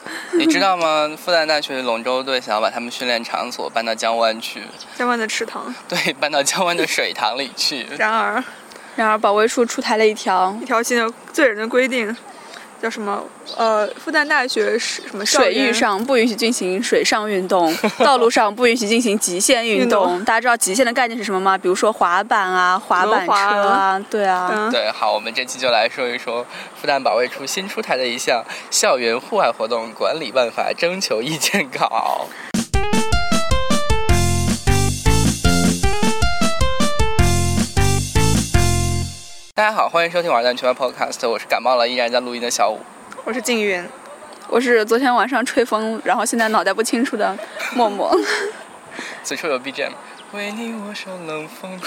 你知道吗？复旦大学龙舟队想要把他们训练场所搬到江湾去， 江湾的池塘。对，搬到江湾的水塘里去。然而，然而保卫处出台了一条一条新的罪人的规定，叫什么？呃，复旦大学是什么校水域园上不允许进行水上运 动，道路上不允许进行极限运动。运动大家知道极限的概念是什么吗？比如说滑板啊、滑板轮车滑啊，对啊。嗯，对，好，我们这期就来说一说复旦保卫处新出台的一项《校园户外活动管理办法征求意见稿》。大家好，欢迎收听《玩蛋全外 Podcast》，我是感冒了依然在录音的小五。我是静云。我是昨天晚上吹风，然后现在脑袋不清楚的默默。 此处有 BGM。为你我受冷风。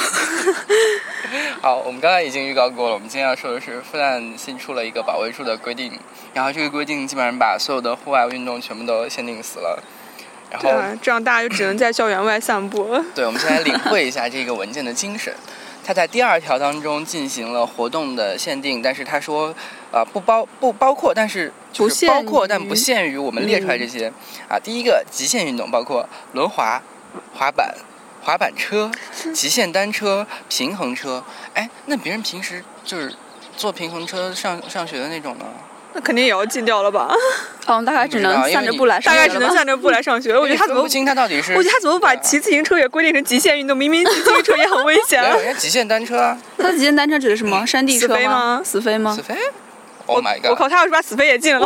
好，我们刚才已经预告过了，我们今天要说的是复旦新出了一个保卫处的规定，然后这个规定基本上把所有的户外运动全部都限定死了。然后对，啊，这样大家就只能在校园外散步。对，我们先来领会一下这个文件的精神。 它在第二条当中进行了活动的限定，但是他说，呃，不包不包括，但是就不是限包括但于不限于我们列出来这些、嗯啊。第一个极限运动包括轮滑、滑板、滑板车、嗯极限单车、平衡车。哎，那别人平时就是坐平衡车上上学的那种呢？那肯定也要禁掉了吧？嗯，大概不只知道因能为散着你步来上大学了吧，概只能散着步来上学。我觉得他怎分么不，清他到底是？我觉得他怎么把对啊骑自行车也规定成极限运动？明明骑自行车也很危险没。有人家极限单车啊？他的极限单车指的是什么？山地死车飞吗死飞吗子？飞？Oh my god！我靠！他要是把死飞也禁了，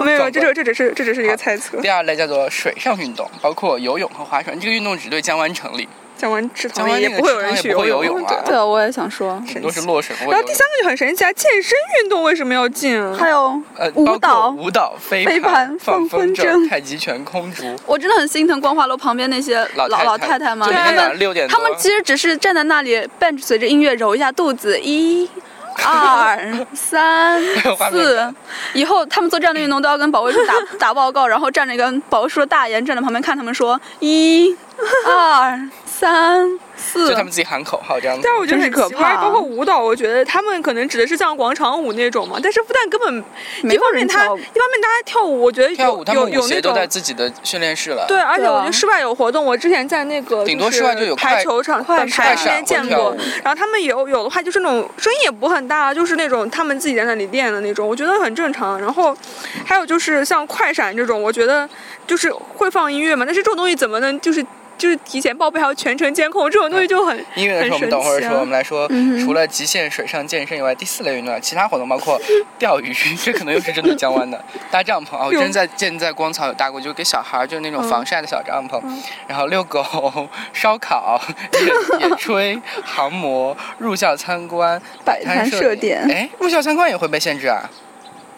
没有，没有撞这过这这只是这只是一个猜测。第二类叫做水上运动，包括游泳和划船。这个运动只对江湾成立，讲完池讲塘完里也那个不会有池塘人也去不会游泳泳，啊对。对，我也想说。都是落水。然后第三个就很神奇啊，健身运动为什么要禁啊？还有呃，舞包括蹈，舞蹈、飞飞盘、盘放放风筝、筝太极拳、空竹。我真的很心疼光华楼旁边那些老太老太太们，就每他天早上们六点他多，、们其实只是站在那里，伴随着音乐揉一下肚子，一、二、三 画面四感。以后他们做这样的运动都要跟保卫处打打报告，然后站着一个保卫处的大爷站在旁边看他们说一、二、三、四就他。们自己喊口号这样子但。是我觉得很真是可奇怪，怕啊包括舞蹈，我觉得他们可能指的是像广场舞那种嘛，但是复旦根本没一有方面人他一跳方舞面大家跳舞，我觉得有跳舞，他们有舞有鞋那都种在自己的训练室了。对，而且对啊我觉得室外有活动，我之前在那个顶多室外就有快排球场、快呃闪排那边快闪见或过跳舞。然后他们有有的话就是那种声音也不很大，就是那种他们自己在那里练的那种，我觉得很正常。然后还有就是像快闪这种，我觉得就是会放音乐嘛，但是这种东西怎么能就是就是提前报备还有全程监控这种东西就很音乐的时候，我们很神等会儿奇啊说。我们来说，嗯哼除了极限水上健身以外，第四类运动，啊其他活动包括钓鱼，这可能又是针对江湾的搭帐篷啊。我有真在见在光草有搭过，就给小孩儿就是那种嗯防晒的小帐篷，然后遛狗、烧烤、 野野炊、航模、入校参观、呃摆摊设设点哎，入校参观也会被限制啊？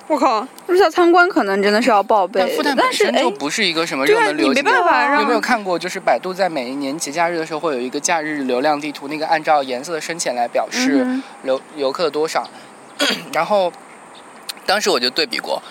我靠，入校参观可能真的是要报备但复旦但本是身哎就，不是一个什么对热啊，门旅你游没景办点。法 让有没有看过，就是百度在每一年节假日的时候，会有一个假日流量地图，那个按照颜色的深浅来表示。嗯哼游游客的多少。 然后当时我就对比过，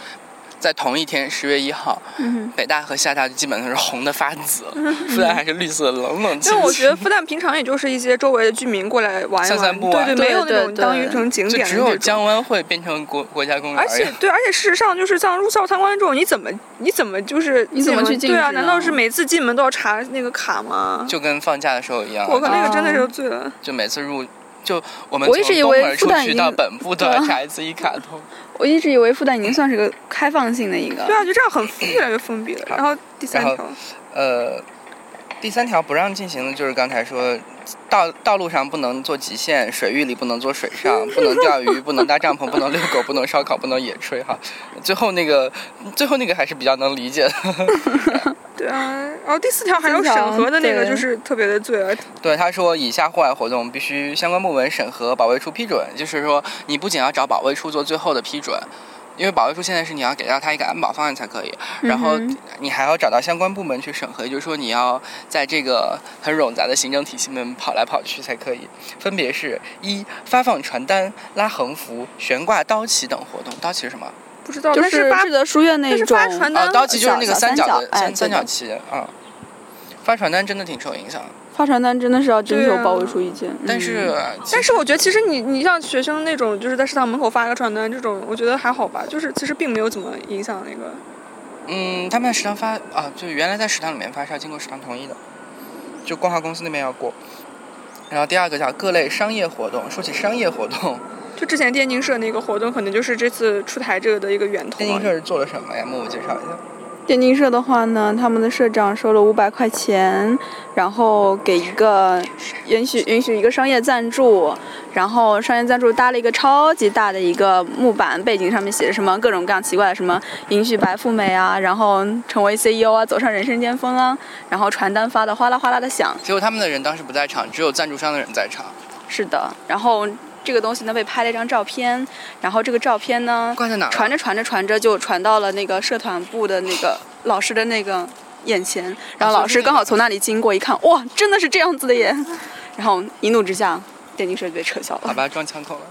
在同一天十月一号，嗯哼北大和厦大基本上是红的发紫了， 复旦还是绿色的，冷冷清因为我觉清。得复旦平常也就是一些周围的居民过来玩一散玩，散步啊对对，没有对那对种当对一成景就点的只那有种江湾会变成国国家公园，而且对，而且事实上就是像入校参观这种，你怎么你怎么就是你怎么去禁对啊？止呢难道是每次进门都要查那个卡吗？就跟放假的时候一样，我靠，那个真的啊是醉了。就每次入。就我们我一直从以东为门复出旦已去经到本部都要对啊查一次一卡通，我一直以为复旦已经算是个开放性的一个对，啊，就这样很越来越封闭了。然后第三然条，呃，第三条不让进行的就是刚才说，道道路上不能做极限，水域里不能做水上，不能钓鱼，不能搭帐篷，不能遛狗，不能烧烤，不能野炊哈。最后那个，最后那个还是比较能理解的。对啊，然后第四条还有第四条审核的那个，对就是特别的醉了。对，他说以下户外活动必须相关部门审核保卫处批准，就是说你不仅要找保卫处做最后的批准。因为保卫处现在是你要给到他一个安保方案才可以，然后嗯哼你还要找到相关部门去审核，也就是说你要在这个很冗杂的行政体系里面跑来跑去才可以。分别是一发放传单、拉横幅、悬挂刀旗等活动。刀旗是什么？不知道，就但是发智德书院那但是种。发传单哦，刀旗就是那个小三小角的三角三哎三角对的旗啊。发传单真的挺受影响，发传单真的是要征对求啊保卫处意见，但是嗯其但实是我觉得其实你你像学生那种，就是在食堂门口发个传单这种，我觉得还好吧，就是其实并没有怎么影响那个。嗯，他们在食堂发啊，就原来在食堂里面发是要经过食堂同意的，就光华公司那边要过。然后第二个叫各类商业活动。说起商业活动，就之前电竞社那个活动，可能就是这次出台这个的一个源头啊。电竞社是做了什么呀？木木介绍一下。电竞社的话呢，他们的社长收了五百块钱，然后给一个允许允许一个商业赞助，然后商业赞助搭了一个超级大的一个木板，背景上面写着什么各种各样奇怪的什么允许白富美啊，然后成为 CEO 啊，走上人生巅峰啊，然后传单发的哗啦哗啦的响，结果他们的人当时不在场，只有赞助商的人在场。是的，然后这个东西呢被拍了一张照片，然后这个照片呢挂在哪儿啊？传着传着传着就传到了那个社团部的那个老师的那个眼前，然后老师刚好从那里经过，一看，哇，真的是这样子的耶！ 然后一怒之下，电竞社就被撤销好了。吧，撞枪口了，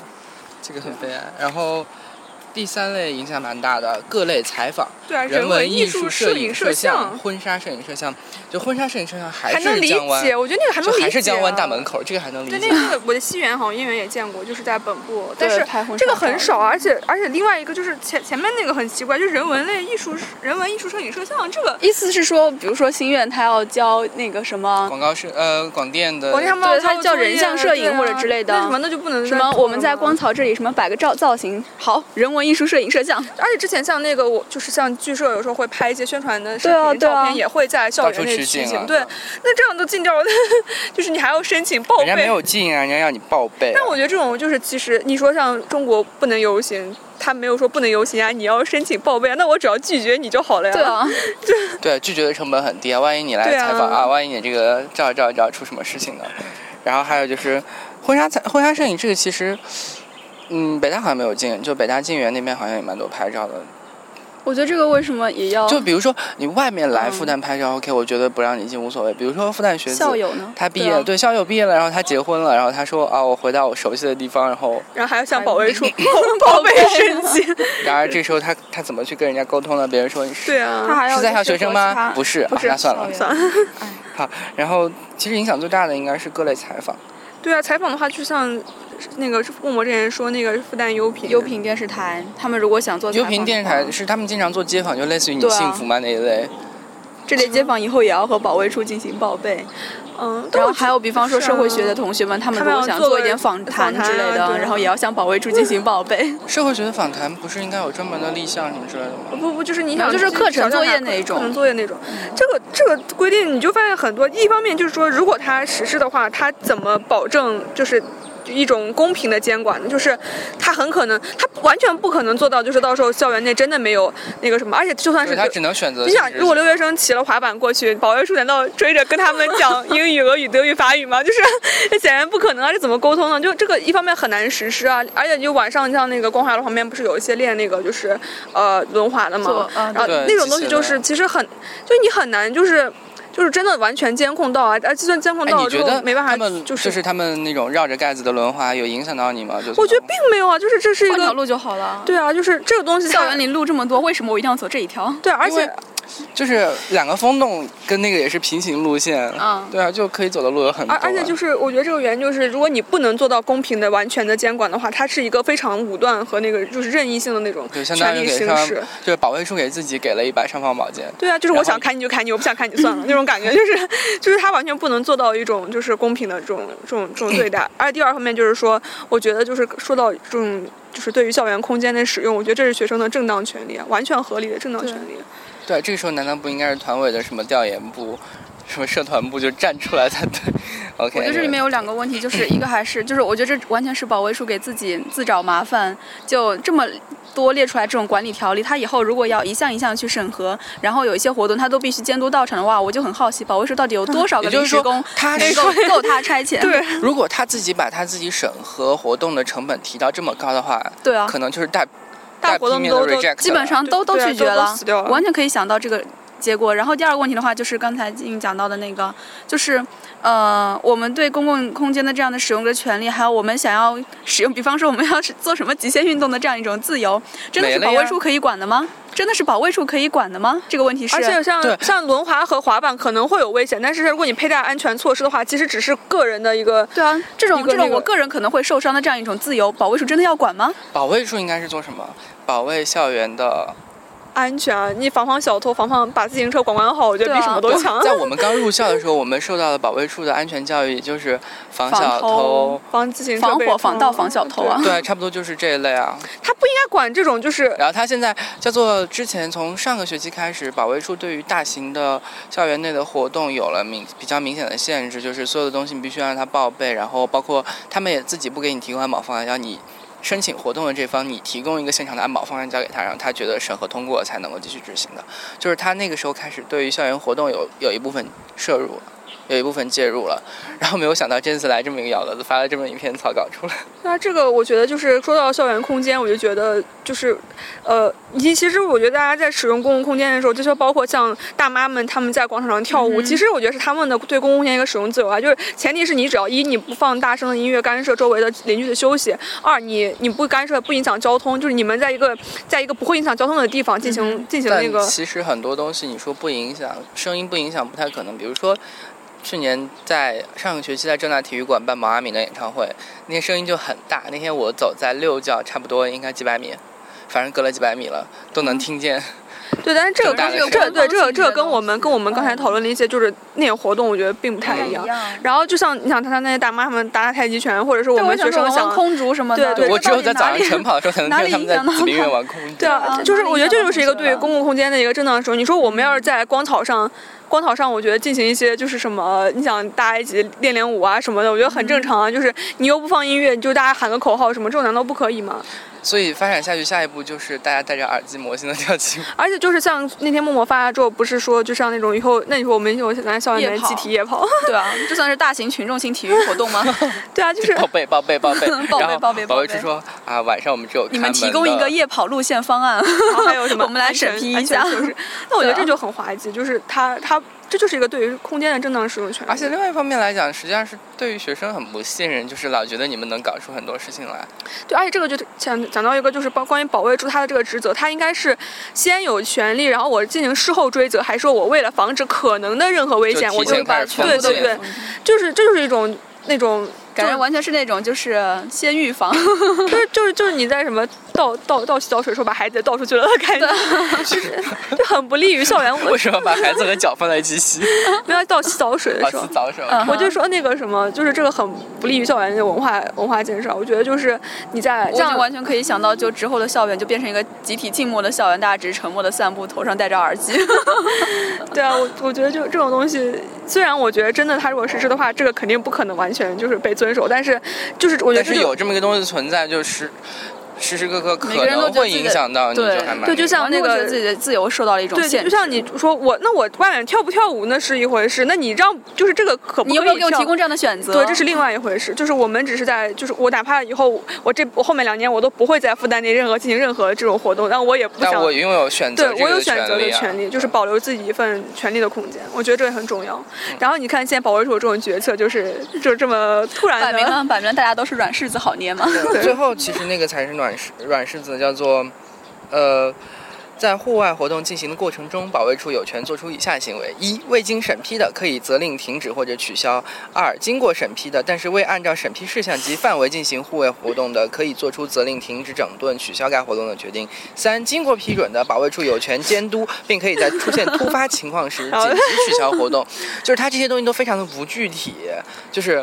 这个很悲哀。然后第三类影响蛮大的，各类采访。对啊，人文文艺术、术、摄影、摄像、，婚纱摄影、摄像，就婚纱摄影、摄像还还能是理江湾，解，我觉得那个还能就理解、啊。还是江湾大门口，这个还能理对，解。那个我的西园好像应援也见过，就是在本部，但是拍婚这个纱很照少，而且而且另外一个就是前前面那个很奇怪，就是人文类艺术、人文艺术摄影摄像这个，意思是说，比如说心愿他要教那个什么广告是呃广电的，我他们对他它叫人像摄影或者之类的啊什么啊那就不能什再么，做我们了在吗光槽这里什么摆个照造型，好，人文艺术摄影摄像，而且之前像那个我就是像剧社有时候会拍一些宣传的视对啊频对照啊片，也会在校到园处内取取景景，啊对，那这样都禁掉了， 就是你还要申请报人家没备。有进啊，人家让你报备啊。但我觉得这种就是，其实你说像中国不能游行，他没有说不能游行啊，你要申请报备啊，那我只要拒绝你就好了呀。对啊，对拒绝的成本很低啊，万一你来对啊采访啊，万一你这个照一照一照出什么事情呢？然后还有就是婚纱采婚纱摄影这个其实，嗯，北大好像没有进，就北大静园那边好像也蛮多拍照的，我觉得这个为什么也哦要就比如说你外面来嗯复旦拍照、o k 我觉得不让你进无所谓。比如说复旦学子，校友呢？他毕业对啊了，对校友毕业了，然后他结婚了，然后他说啊，我回到我熟悉的地方，然后然后还要向还保卫处 报报备备申请。然而这时候他他怎么去跟人家沟通呢？别人说你是对他啊，还要是在校就学是生和其吗他？不是，不是啊那算了校。园算了。然后其实影响最大的应该是各类采访，对啊，采访的话就像那个木魔之前说那个复旦优品，优品电视台，他们如果想做优采频访电视的话啊台是他们经常做街访，就类似于你对啊幸福吗那一类。这类街坊以后也要和保卫处进行报备，嗯，但然我后还有比方说是啊社会学的同学们，他们他如们果要想做做一个点访访谈谈之类啊的，对然后也要向保卫处进行报备，社会学的访谈不是应该有专门的立项什么之类的吗？不不，就是你然想后啊就是课程作业那一种嗯课程作业那种。这个这个规定，你就发现很多。一方面就是说，如果它实施的话，它怎么保证就是一种公平的监管呢？就是它很可能，它完全不可能做到，就是到时候校园内真的没有那个什么，而且就算对，是他只能选择你性质。想，如果留学生骑了滑板过去，保卫处难道追着跟他们讲英语、俄语、德语、法语吗？就是 这显然不可能啊！这怎么沟通呢？就这个一方面很难实施啊，而且就晚上像那个光华路旁边不是有一些练那个就是呃轮滑的做吗？啊然后对那种东西就机械是的其实很，就你很难就是。就是真的完全监控到啊，而就算监控哎，到你了之觉后得没办法他，们就是他们那种绕着盖子的轮滑有影响到你吗？就是我觉得并没有啊，就是这是一换条个路就好 了。对啊，就是这个东西它校园里路这么多，为什么我一定要走这一条？对，啊而因为且就是两个风洞跟那个也是平行路线，嗯对啊，就可以走的路有很多而啊、而且就是，我觉得这个原因就是，如果你不能做到公平的、完全的监管的话，它是一个非常武断和那个就是任意性的那种对相权当于力给行上使。就是保卫处给自己给了一把尚方宝剑，对啊，就是我然后想砍你就砍你，我不想砍你算了那种感觉，就是 就是他完全不能做到一种就是公平的这种这种这种对待。而第二方面就是说，我觉得就是说到这种就是对于校园空间的使用，我觉得这是学生的正当权利，啊，完全合理的正当对权利。啊对，这个时候难道不应该是团委的什么调研部、什么社团部就站出来才对？OK， 我觉得这里面有两个问题，就是 一个还是就是我觉得这完全是保卫处给自己自找麻烦，就这么多列出来这种管理条例，他以后如果要一项一项去审核，然后有一些活动他都必须监督到场的话，我就很好奇保卫处到底有多少嗯个也就临是时说工他能是够够他差遣？对，如果他自己把他自己审核活动的成本提到这么高的话，对啊，可能就是大大活批动面的都都 reject，基本上嗯都对都对啊拒绝都了都死掉了完全可以想到这个结果。然后第二个问题的话，就是刚才静讲到的那个，就是呃，我们对公共空间的这样的使用的权利，还有我们想要使用，比方说我们要是做什么极限运动的这样一种自由，真的没是了保卫呀处可以管的吗？真的是保卫处可以管的吗？这个问题是，而且像对像轮滑和滑板可能会有危险，但是如果你佩戴安全措施的话，其实只是个人的一个对啊，这一种个这种那个我个人可能会受伤的这样一种自由，保卫处真的要管吗？ 保卫处应该是做什么？保卫校园的安全啊，你防防小偷，防防把自行车管管好，我觉得对啊比什么都强。在我们刚入校的时候，我们受到的保卫处的安全教育，也就是防防小偷防自行车防被火、防撞盗、防小偷啊。对，差不多就是这一类啊。他不应该管这种，就是然后他现在叫做之前从上个学期开始，保卫处对于大型的校园内的活动有了明比较明显的限制，就是所有的东西你必须要让他报备，然后包括他们也自己不给你提供安保方案，要你申请活动的这方你提供一个现场的安保方案交给他，让他觉得审核通过才能够继续执行的。就是他那个时候开始对于校园活动有有一部分摄入了。有一部分介入了，然后没有想到这次来这么一个幺蛾子，发了这么一篇草稿出来。那这个我觉得就是说到校园空间，我就觉得就是，呃，以及其实我觉得大家在使用公共空间的时候，就是包括像大妈们她们在广场上跳舞，嗯其实我觉得是她们的对公共空间一个使用自由啊，就是前提是你只要一你不放大声的音乐干涉周围的邻居的休息，二你你不干涉不影响交通，就是你们在一个在一个不会影响交通的地方进行、进行那个但其实很多东西你说不影响，声音不影响不太可能。比如说，去年在上个学期在正大体育馆办毛阿敏的演唱会，那天声音就很大。那天我走在六教，差不多应该几百米，反正隔了几百米了，都嗯能听见。对，但是这个更大跟的这声个音对这个这个更高跟我们级跟我们刚才嗯讨论的一些就是那些活动，我觉得并不太不太一样一。然后就像你想，他那些大妈们打打太极拳，或者是我对，们我想学说生玩玩想，空竹什么的，对对我这只到有底在早哪上里晨跑的时候才 哪能里听见他影响们到在紫林他苑玩空对调。啊啊，就是哪我里觉得这想到就是一个同对于学了公共空间的一个正当使用。你说我们要是在光草上，光草上，我觉得进行一些就是什么，你想大家一起练练舞啊什么的，我觉得很正常啊。就是你又不放音乐，你就大家喊个口号什么，这种难道不可以吗？所以发展下去，下一步就是大家戴着耳机魔性的跳起舞。而且就是像那天默默发来之后，不是说就像那种以后，那以后我们有来校夜园里面集跑体夜跑， 对啊，这算是大型群众性体育活动吗？对啊，就是报备报备报备， 报备然后报备保报卫备处说啊，晚上我们只有你们看提门供一的个夜跑路线 方案，然后还有什 么？我们来审批一下 那我觉得对啊这就很滑稽，就是它它这就是一个对于空间的正当使用权。而且另外一方面来讲，实际上是对于学生很不信任，就是老觉得你们能搞出很多事情来。对，而且这个就讲讲到一个就是关关于保卫住他的这个职责，他应该是先有权利，然后我进行事后追责，还说我为了防止可能的任何危险，就我提前就开把始全全对部对都对，就是这就是一种那种感觉完全是那种就是先预防，就是就是就是你在什么倒倒倒洗脚水时候把孩子倒出去了的感觉， 就是就很不利于校园为什么把孩子和脚放在一起 洗？没有倒洗澡水的啊，时候洗。澡手。嗯我就说那个什么，就是这个很不利于校园的文化文化建设。我觉得就是你在我这就样完全可以想到，就之后的校园就变成一个集体静默的校园，大家只是沉默的散步，头上戴着 耳机。对啊，我我觉得就这种东西，虽然我觉得真的，它如果实施的话，这个肯定不可能完全就是被遵守，但是就是我觉但得这是就有这么一个东西存在，就是时时刻刻每可个人都能觉得会自己影响到你，就对还蛮对就像那个完全会觉得自己的自由受到了一种对，限就制。像你说我那我外面跳不跳舞那是一回事，那你让就是这个可不可以你有没有给我跳提供这样的选择？对，这是另外一回事。就是我们只是在，就是我哪怕以后我这我后面两年我都不会再负担那任何进行任何这种活动，但我也不但想我拥有选择对这我有个选择的利啊。权利，就是保留自己一份权利的空间，我觉得这也很重要。嗯然后你看现在保卫处有这种决策，就是就是这么突然摆明的，了，摆明了，大家都是软柿子好 捏嘛。对最后，其实那个才是软柿软柿子，叫做，呃，在户外活动进行的过程中，保卫处有权做出以下行为：一、未经审批的，可以责令停止或者取消；二、经过审批的，但是未按照审批事项及范围进行户外活动的，可以做出责令停止、整顿、取消该活动的决定；三、经过批准的，保卫处有权监督，并可以在出现突发情况时紧好的急取消活动。就是它这些东西都非常的不具体，就是。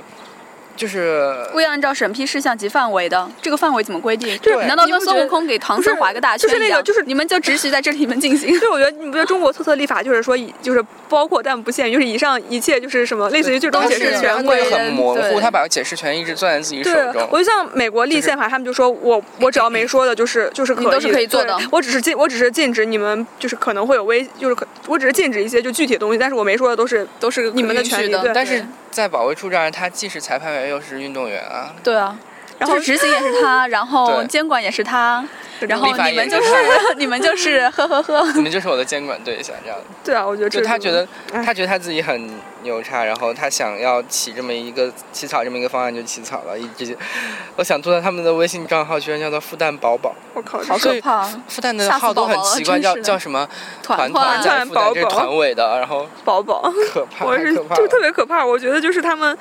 就是未按照审批事项及范围的，这个范围怎么规定？对难道你不跟觉得孙悟空给唐僧划个大不圈是就是那个一样就是你们就只许在这里面进行。就我觉得，你不觉得中国特色立法就是说以，就是包括但不限于，就是以上一切就是什么，类似于这种它解是释是权它归对人很模糊，对他把解释权一直攥在自己手对，中我。就像美国立就是宪法，他们就说我我只要没说的，就是就是可以你都是可以做的对我只是禁，我只是禁止你们，就是可能会有危，就是可我只是禁止一些就具体的东西，但是我没说的都是都是你们的权利允许的对但是在保卫处这儿，他既是裁判员又是运动员 啊，对啊，然后就是执行也是他，然后对监管也是他，然后立法你们也 就是 是你们就是呵呵呵。你们就是我的监管对象，这样。对啊，我觉得这就他觉得哎他觉得他自己很牛叉，然后他想要起这么一个起草这么一个方案就起草了，一直。我想吐槽他们的微信账号居然叫做复旦宝宝，我靠，所好可以怕！复旦的吓死号都宝宝很了奇怪，真叫是的叫什么团团在复旦，这是团宝宝团委的，然后宝宝，可怕，我太是可怕就了。特别可怕，我觉得就是他们，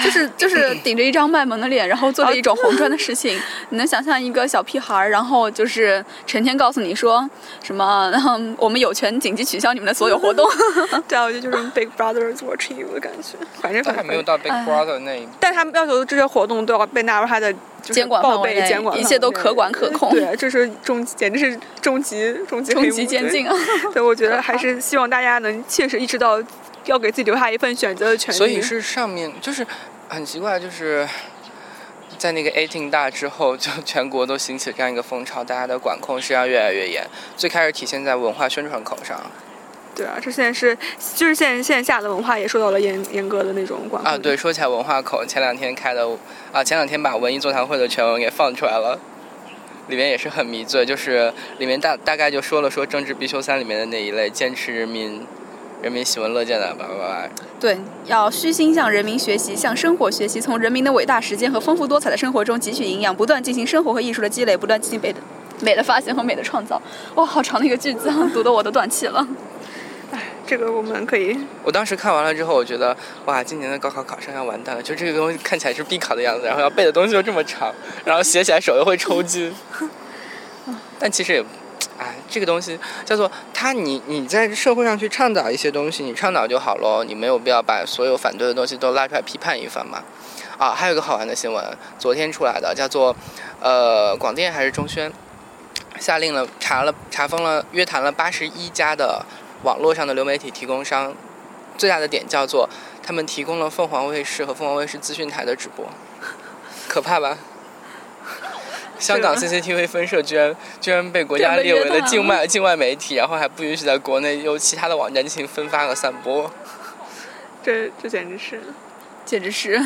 就是就是顶着一张卖萌的脸，然后做然着后一种啊红砖的事情。你能想象一个小屁孩儿，然后就是成天告诉你说什么？嗯我们有权紧急取消你们的所有活动。 对啊，我觉得就是 Big Brother is watching you 的感觉，反正都反还正没有，到 Big 哎 Brother 那一步。但他们要求这些活动都要被纳入他的就是监管报范围备内监管范围内，一切都可管可控对，这是终简直是终极终极终黑极幕监。禁啊！ 对对，我觉得还是希望大家能切实意识到，要给自己留下一份选择的权利。所以是上面就是很奇怪，就是在那个 eighteen 大之后，就 全国都兴起这样一个风潮，大家的管控实际上越来越严。最开始体现在文化宣传口上对啊，这现在是就是线线下的文化也受到了严严格的那种管控啊，对，，说起来文化口，前两天开的啊，前两天把文艺座谈会的全文给放出来了。里面也是很迷醉，就是里面大大概就说了说政治必修三里面的那一类，坚持人民人民喜闻乐见的，叭叭叭。对，要虚心向人民学习，向生活学习，从人民的伟大实践和丰富多彩的生活中汲取营养，不断进行生活和艺术的积累，不断进行美的美的发现和美的创造。哇，好长的一个句子，啊，读得我都断气了。这个我们可以我当时看完了之后，我觉得哇，今年的高考考生要完蛋了，就这个东西看起来是必考的样子，然后要背的东西又这么长，然后写起来手又会抽筋。但其实也，哎，这个东西叫做它你，你在社会上去倡导一些东西，你倡导就好喽，你没有必要把所有反对的东西都拉出来批判一番嘛。啊，还有一个好玩的新闻，昨天出来的，叫做呃，广电还是中宣，下令了查了查封了约谈了八十一家的网络上的流媒体提供商，最大的点叫做他们提供了凤凰卫视和凤凰卫视资讯台的直播，可怕吧？香港 CCTV 分社居然居然被国家列为了境外境外媒体，然后还不允许在国内由其他的网站进行分发和散播。这这简直是简直是，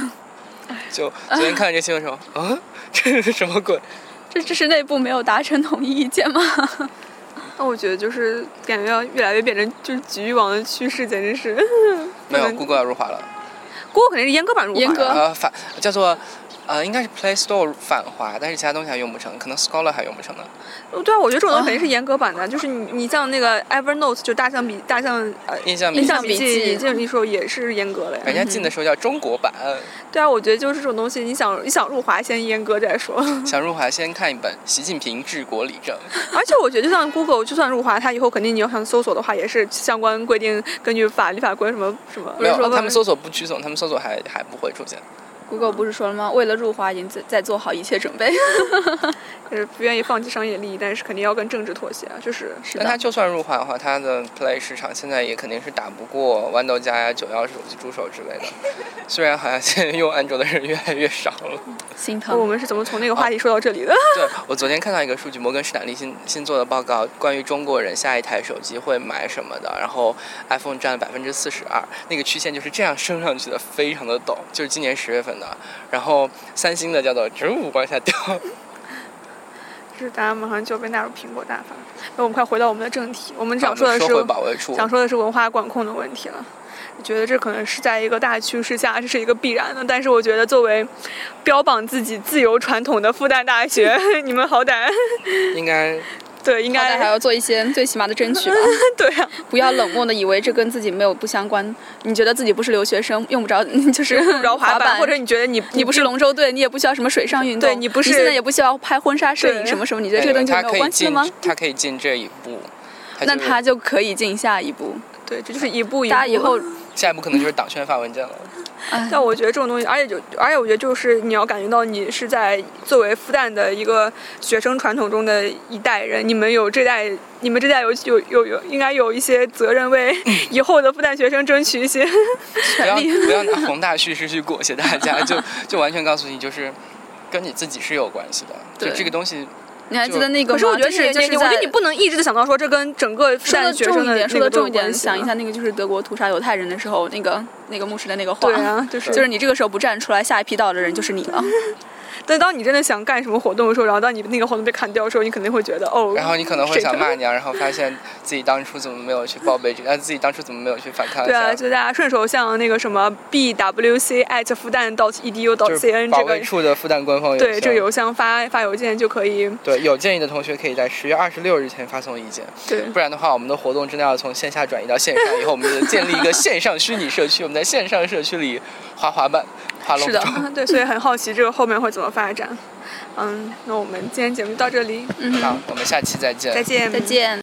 就昨天看这新 闻的时候，啊，这是什么鬼？这这是内部没有达成统一意见吗？那我觉得就是感觉要越来越变成就是局域网的趋势，简直是。没有嗯，Google 要入华了。 Google 肯定是阉割版入华呀，啊阉割呃，反叫做呃，应该是 Play Store 反华，但是其他东西还用不成，可能 Scholar 还用不成呢。对啊，我觉得这种东西肯定是严格版的，啊就是你你像那个 Evernote 就大象笔大象呃印象印笔象笔笔记记，哎这种时候也是严格的人呀。家进的时候叫中国版，对啊，我觉得就是这种东西，你想你想入华先阉割再说。 想入华先看一本《习近平治国理 政而且我觉得，就像 Google 就算入华，它以后肯定你要想搜索的话，也是相关规定，根据法律法规什么什么》，。没不是有，说他们搜索不屈从，他们搜索还还不会出现。 Google 不是说了吗？为了入华，已经在在做好一切准备。就是呃不愿意放弃商业利益，但是肯定要跟政治妥协啊， 就是是但他就算入华的话，他的 Play 市场现在也肯定是打不过豌豆荚呀、九幺手机助手之类的。虽然好像现在用安卓的人越来越少了。心我疼。们是怎么从那个话题说到这里的？对，我昨天看到一个数据，摩根士坦利新新做的报告，关于中国人下一台手机会买什么的，然后 iPhone 占了百分之四十二，那个曲线就是这样升上去的，非常的陡，就是今年十月份的。然后三星的叫做直五往下掉，就是大家马上就要被纳入苹果大法。那我们快回到我们的正题，我们啊那我想说们的是说回保卫处，想说的是文化管控的问题了。我觉得这可能是在一个大趋势下，这是一个必然的。但是我觉得，作为标榜自己自由传统的复旦大 学，你们好歹应该对应好歹还该要做一些最起码的争取吧， 对啊， 不要冷漠的以为这跟自己没有不相关。你觉得自己不是留学生，用不着 就是用不着滑板，或者你觉得你你不是龙舟队，你也不需要什么水上运动，对你不是现在也不需要拍婚纱摄影对什么什么，你觉得这个东西哎他没有可以关系了进吗？，他可以进这一步，那就是他就可以进下一步。对，这就是一步一步。大家 以后，下一步可能就是党宣发文件了。哎，但我觉得这种东西，而且就而且我觉得就是你要感觉到你是在作为复旦的一个学生传统中的一代人，你们有这代你们这代有有有有应该有一些责任，为嗯以后的复旦学生争取一些。不要权利不要拿宏大叙事去裹挟大家，就就完全告诉你，就是跟你自己是有关系的。就对这个东西，你还记得那可个吗？是我觉得就你是就是你我觉得你在不能一直的想到说这跟整个复说旦的学生重一的点，那说个的都有重一点，关系想一啊下那个就是德国屠杀犹太人的时候，那个那个牧师的那个话。对啊，就是就是你这个时候不站出来，下一批到的人就是你了。但当你真的想干什么活动的时候，然后当你那个活动被砍掉的时候，你肯定会觉得哦，然后你可能会想骂谁娘，然后发现自己当初怎么没有去报备这个，呃，自己当初怎么没有去反抗一对下啊，，就大家顺手向那个什么 bwc at 复旦 dot edu dot 就是 cn 保这卫个处的复旦官方邮对这个有邮箱发发邮件就可以，对有建议的同学可以在十月二十六日前发送意见，对不然的话，我们的活动真的要从线下转移到线上。以后我们就建立一个线上虚拟社区，我们在线上社区里滑滑板，话漏不是的住。，对，所以很好奇这个后面会怎么发展。嗯，那我们今天节目到这里，好，我们下期再见。 再见，再。见。